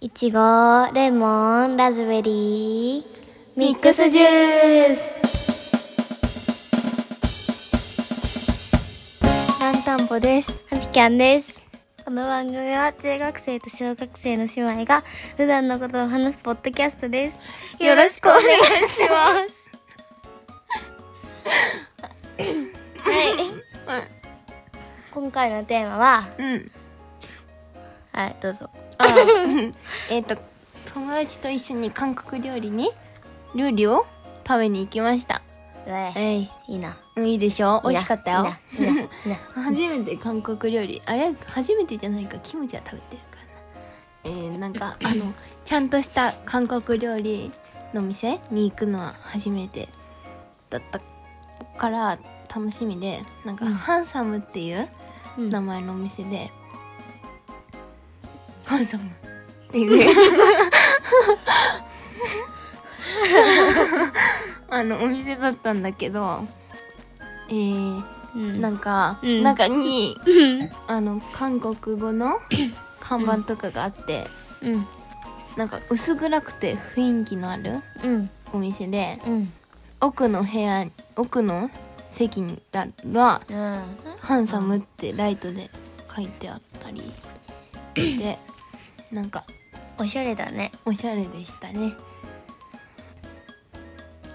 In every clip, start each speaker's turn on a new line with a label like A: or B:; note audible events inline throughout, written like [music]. A: いちご、レモン、ラズベリー、ミックスジュースランタンポです。ハピキャンです。この番組は中学生と小学生の姉妹が普段のことを話すポッドキャストです。よろしくお願いします。はい。今回のテーマは、
B: うん。
A: はい、どうぞ。 [laughs]
B: えっと、友達と一緒に韓国料理に、料理を食べに行きました。
A: え
B: えい。
A: いいな。
B: うんいいでしょ美味しかったよ。
A: いいな。いいな。いいな
B: [laughs] 初めて韓国料理。あれ初めてじゃないか。キムチは食べてるからな。えー、なんか、あの、ちゃんとした韓国料理の店に行くのは初めてだったから楽しみで、なんか、
A: うん
B: ハンサムっていう、
A: うん [laughs]
B: 名前のお店で、ハンサムっていうあのお店だったんだけどえー、
A: うん
B: なんか、
A: うん
B: 中に
A: うん。
B: あの韓国語の看板とかがあって、
A: うん。
B: なんか薄暗くて雰囲気のある
A: うん。
B: お店で
A: うん。
B: 奥の部屋奥の席にだら
A: うん。
B: ハンサムってライトで書いてあったりでなんか
A: おしゃれだね。
B: おしゃれでしたね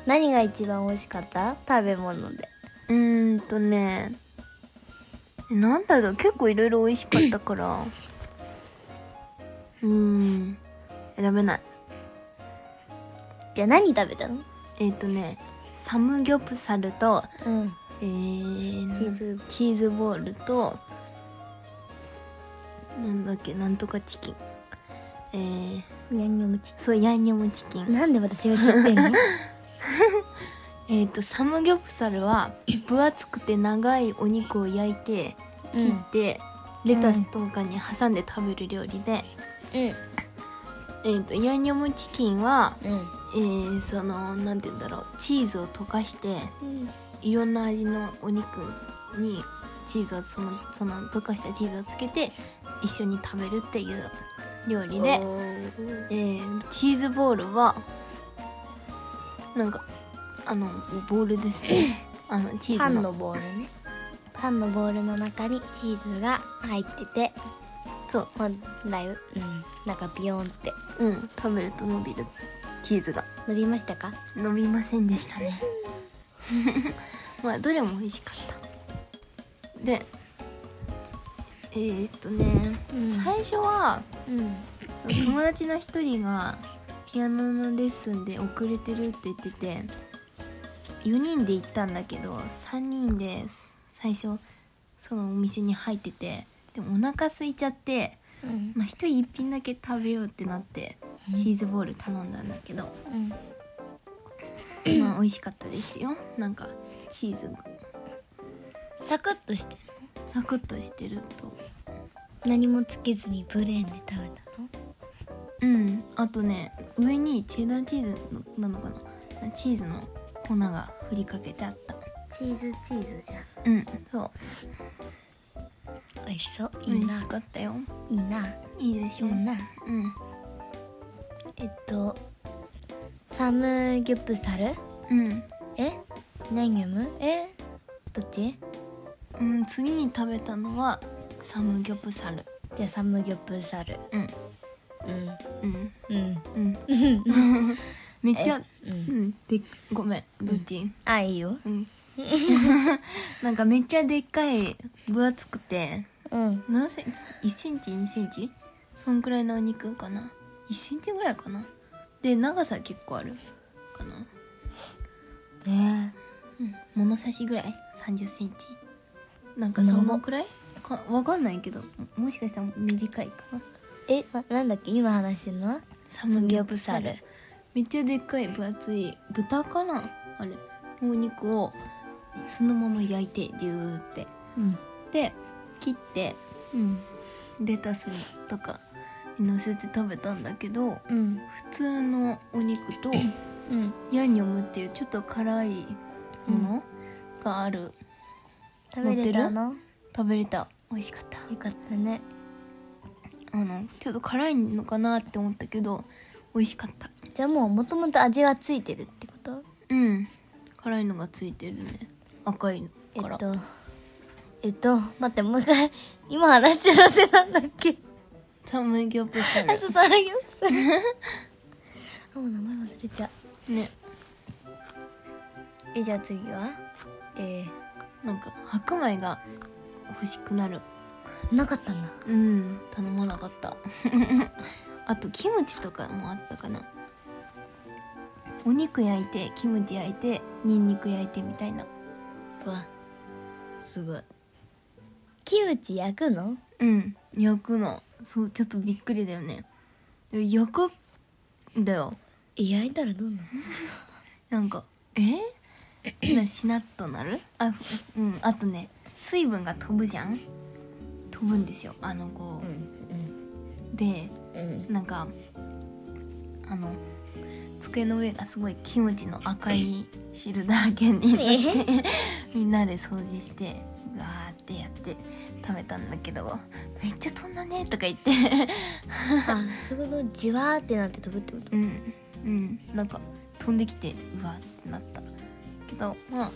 A: 何が一番美味しかった食べ物で。
B: うーんとねえなんだろう結構いろいろ美味しかったからうーん選べない
A: じゃあ何食べたの
B: えっ、とねサムギョプサルと、
A: うん。
B: えー
A: チーズ
B: チーズボールとなんだっけなんとかチキンえー、
A: ヤンニョムチ
B: そうヤンニョムチキン
A: キン。なんで私が知ってん [laughs] の
B: えー、とサムギョプサルは分厚くて長いお肉を焼いて
A: うん
B: 切って、レタスとかに挟んで食べる料理で、えー、とヤンニョムチキンは、
A: うん。うん。
B: えーそのなんて言うんだろうチーズを溶かしていろんな味のお肉にチーズをそのその溶かしたチーズをつけて一緒に食べるっていう料理で、えーチーズボールはなんかあのボールですねあのチーズ
A: パンのボールね。パンのボールの中にチーズが入ってて、
B: そう、
A: 本来、うん、なんかビヨーンって
B: うん、食べると伸びるチーズが
A: 伸びましたか
B: 伸びませんでしたね [laughs] まあどれも美味しかったでえー、っとね、
A: うん
B: 最初は
A: うん。
B: その友達の一人がピアノのレッスンで遅れてるって言ってて4人で行ったんだけど3人で最初そのお店に入っててでもお腹空いちゃって
A: うん。
B: まあ、1人1品だけ食べようってなって
A: うん
B: チーズボール頼んだんだけど、
A: うん。
B: まあ美味しかったですよなんかチーズが
A: サクッとして
B: サクッとしてると
A: 何もつけずにプレーンで食べたの
B: うんあとね上にチェダーチーズのなのかなチーズの粉がふりかけてあった
A: チーズチーズじゃ
B: うんそ
A: ん美味しそう
B: う
A: いい
B: 美味
A: な
B: しかったよ
A: いいない
B: いでし
A: い
B: ょ
A: いな
B: うん
A: えっとサムギョプサル
B: うん、
A: えナンギョムえどっち
B: うん、次に食べたのはサムギョプサル
A: じゃあサムギョプサル
B: うん
A: うん
B: うん
A: うん
B: うん [laughs] めっちゃ
A: えう
B: うんんでごめんどっち、
A: あいいよ
B: うん [laughs] なんかめっちゃでっかい分厚くて
A: うん
B: 何センチ1センチ2センチそんくらいのお肉かな1センチぐらいかなで長さ結構あるかな、
A: えー、
B: うん、物差しぐらい3 0センチなんかそのくらいかわかんないけどももしかしたら短いかな
A: えわなんだっけ今話してるのは
B: サ
A: ム
B: ム
A: ギ
B: ギ
A: ョ
B: ョ
A: プ
B: プ
A: サ
B: サ
A: ル
B: ルめっちゃでっかい分厚い豚かなあれお肉をそのまま焼いてジューって
A: うん
B: で切って
A: うん
B: レタスとかにのせて食べたんだけど
A: うん
B: 普通のお肉と
A: うん
B: ヤンニョムっていうちょっと辛いものがある、
A: 食べれたの
B: 食べれた美味しかった
A: よかったね
B: うあのちょっと辛いのかなって思ったけど美味しかった
A: じゃあもうもともと味はついてるってこと
B: うん辛いのがついてるね赤い
A: えっ
B: から、
A: とえっと待ってもう一回今話してたってなんだっけ
B: サムギョプサ
A: あ
B: ル
A: そうそうよ [laughs] あもう名前忘れちゃう
B: ね
A: えじゃあ次はえ
B: なんか白米が欲しくなる
A: ー、なかったんだ
B: うん頼まなかった [laughs] あとキムチとかもあったかなお肉焼いてキムチ焼いてニンニク焼いてみたいな
A: わすごいキムチ焼くの
B: うん焼くのそうちょっとびっくりだよね焼くんだよ
A: え焼いたらどうなの
B: なんかえなしなっとなるあふうんあとね水分が飛ぶじゃん飛ぶんですよあの子、
A: ん
B: で
A: うんうん
B: なんかあの机の上がすごいキムチの赤い汁だらけになって [laughs] みんなで掃除してわーってやって食べたんだけど「めっちゃ飛んだね」とか言って [laughs]
A: あそういうことじわーってなって飛ぶってこと
B: うんうんなんか飛んできてうわーってなったけどまあ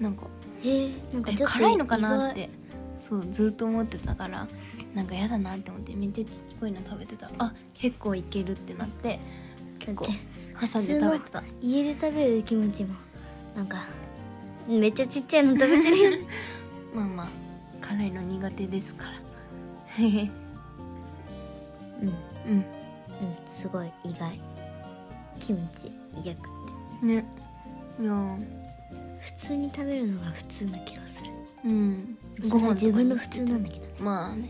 B: なんか
A: へえなんか
B: え
A: ちょっと
B: 辛いのかなってそうずっと思ってたからなんかやだなって思ってめっちゃちっこいの食べてたらあ結構いけるってなって結構
A: だっ
B: 挟んで食べてた
A: 意外家で食べるキムチもなんかめっちゃちっちゃいの食べてるよね
B: まあまあ辛いの苦手ですから
A: [laughs] うん
B: うん
A: うんすごい意外キムチ焼くって
B: ねいやー
A: 普通に食べるのが普通な気がする
B: うん
A: それは自分の
B: とか
A: 普通なんだけど
B: まあね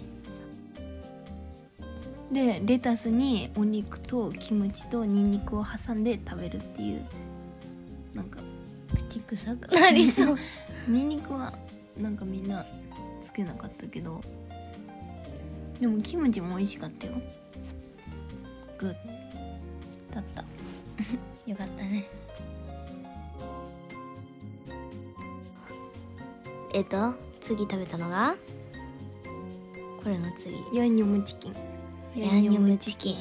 B: でレタスにお肉とキムチとニンニクを挟んで食べるっていうなんか
A: 口臭くなりそう
B: [laughs] ニンニクはなんかみんなつけなかったけどでもキムチも美味しかったよグッだった
A: よかったねえっと次食べたのがこれの次
B: ヤンニョムチキン
A: ヤンニョムチキン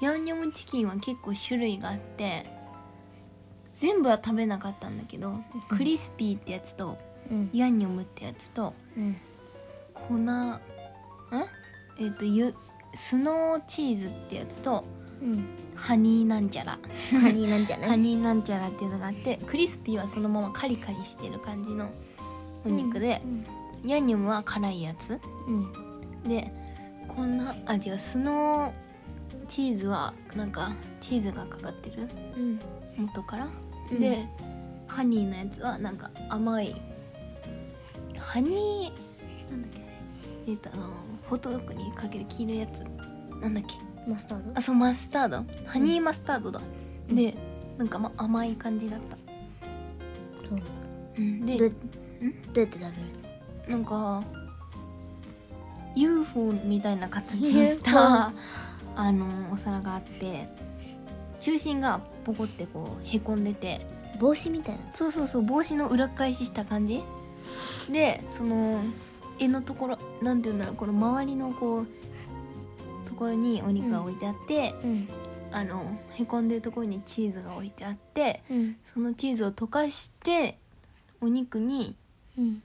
B: ヤンニョムチキンは結構種類があって全部は食べなかったんだけどクリスピーってやつと
A: うん
B: ヤンニョムってやつと
A: うん
B: 粉んえっ、とゆスノーチーズってやつと
A: うん
B: ハニーなんちゃら
A: カニなんじゃな
B: ハ
A: い
B: ニーなんちゃらっていうのがあってクリスピーはそのままカリカリしてる感じのお肉で
A: う、ん
B: ヤンニョムは辛いやつ
A: うん
B: でこんなあ違うスノーチーズはなんかチーズがかかってる
A: うん
B: 元から、
A: うん
B: でハニーのやつはなんか甘いハニーなんだっけあれえっ、とあのホットドッグにかける黄色いやつなんだっけ
A: マスタード
B: あそうマスタードハニーマスタードだ、
A: うん
B: でなんかまあ甘い感じだった
A: そう
B: うん
A: どう
B: で
A: どうやって食べる
B: なんか UFO みたいな形を
A: UFO
B: したあのお皿があって中心がポコってこうへこんでて
A: の帽子みたいな
B: そうそうそう帽子の裏返しした感じでその柄のところなんて言うんだろうこの周りのこうところにお肉が置いてあって、
A: うん
B: あのへこんでるところにチーズが置いてあって
A: うん
B: そのチーズを溶かしてお肉に
A: うん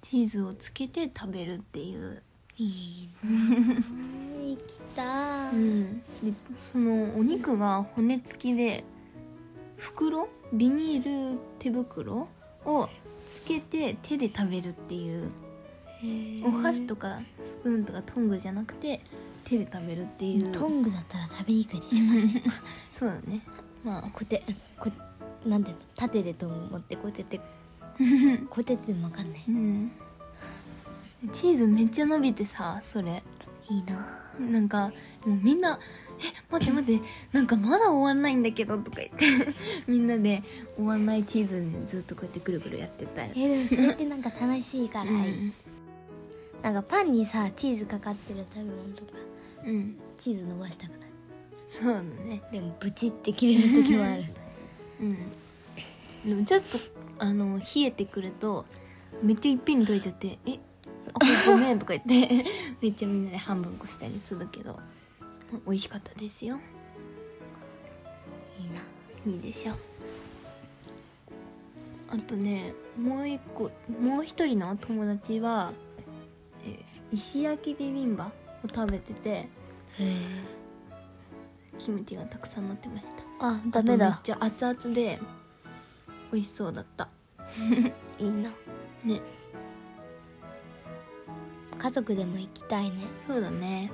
B: チーズをつけて食べるっていう、
A: いいなぁ [laughs] 行きた
B: う
A: ー
B: ん、でそのお肉が骨付きで袋ビニール手袋をつけて手で食べるっていうお箸とかスプーンとかトングじゃなくて手で食べるっていう
A: トングだったら食べにくいでしょ
B: そうだねまあ
A: こうやってこうなんていうの縦でトング持ってこうやってやってこうやってやってもわかんない
B: うんチーズめっちゃ伸びてさそれ
A: いいな
B: なんかもうみんな「え待って待ってなんかまだ終わんないんだけど」とか言って [laughs] みんなで終わんないチーズにずっとこうやってぐるぐるやってた
A: えでもそれってなんか楽しいからいい、なんかパンにさチーズかかってる食べ物とか
B: うん、うん、
A: チーズ伸ばしたくない
B: そうだね
A: でもブチって切れる時もある
B: うんでもちょっとあの冷えてくるとめっちゃいっぺんに溶いちゃって「え「あごめん」とか言って [laughs] めっちゃみんなで半分こしたりするけど美味しかったですよ
A: いいない
B: いでしょあとねもう一個もう一人のお友達は、えー石焼きビビンバを食べててキムチがたくさん乗ってました
A: あダメだ
B: あとめっちゃ熱々で美味しそうだった
A: いいな
B: ね
A: 家族でも行きたいね、
B: そうだね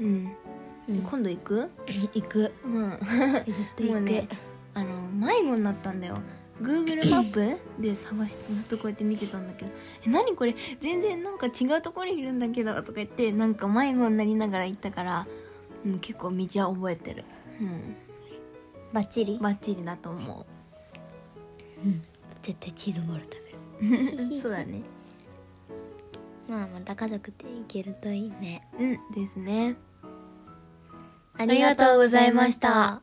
B: うん、
A: うん、 [coughs]
B: 今度行く
A: 行く
B: うん
A: ずっと行
B: も
A: く、
B: うねあの迷子になったんだよ Google マップで探してずっとこうやって見てたんだけど「え何これ全然なんか違うところにいるんだけど」とか言ってなんか迷子になりながら行ったから、うん、結構道は覚えてるう
A: バッチリ
B: んバッチリだと思
A: 絶対チーズボール食べる
B: うそうだね
A: まあまた家族で行けるといいね
B: うんですね
A: あ
B: りがとうございました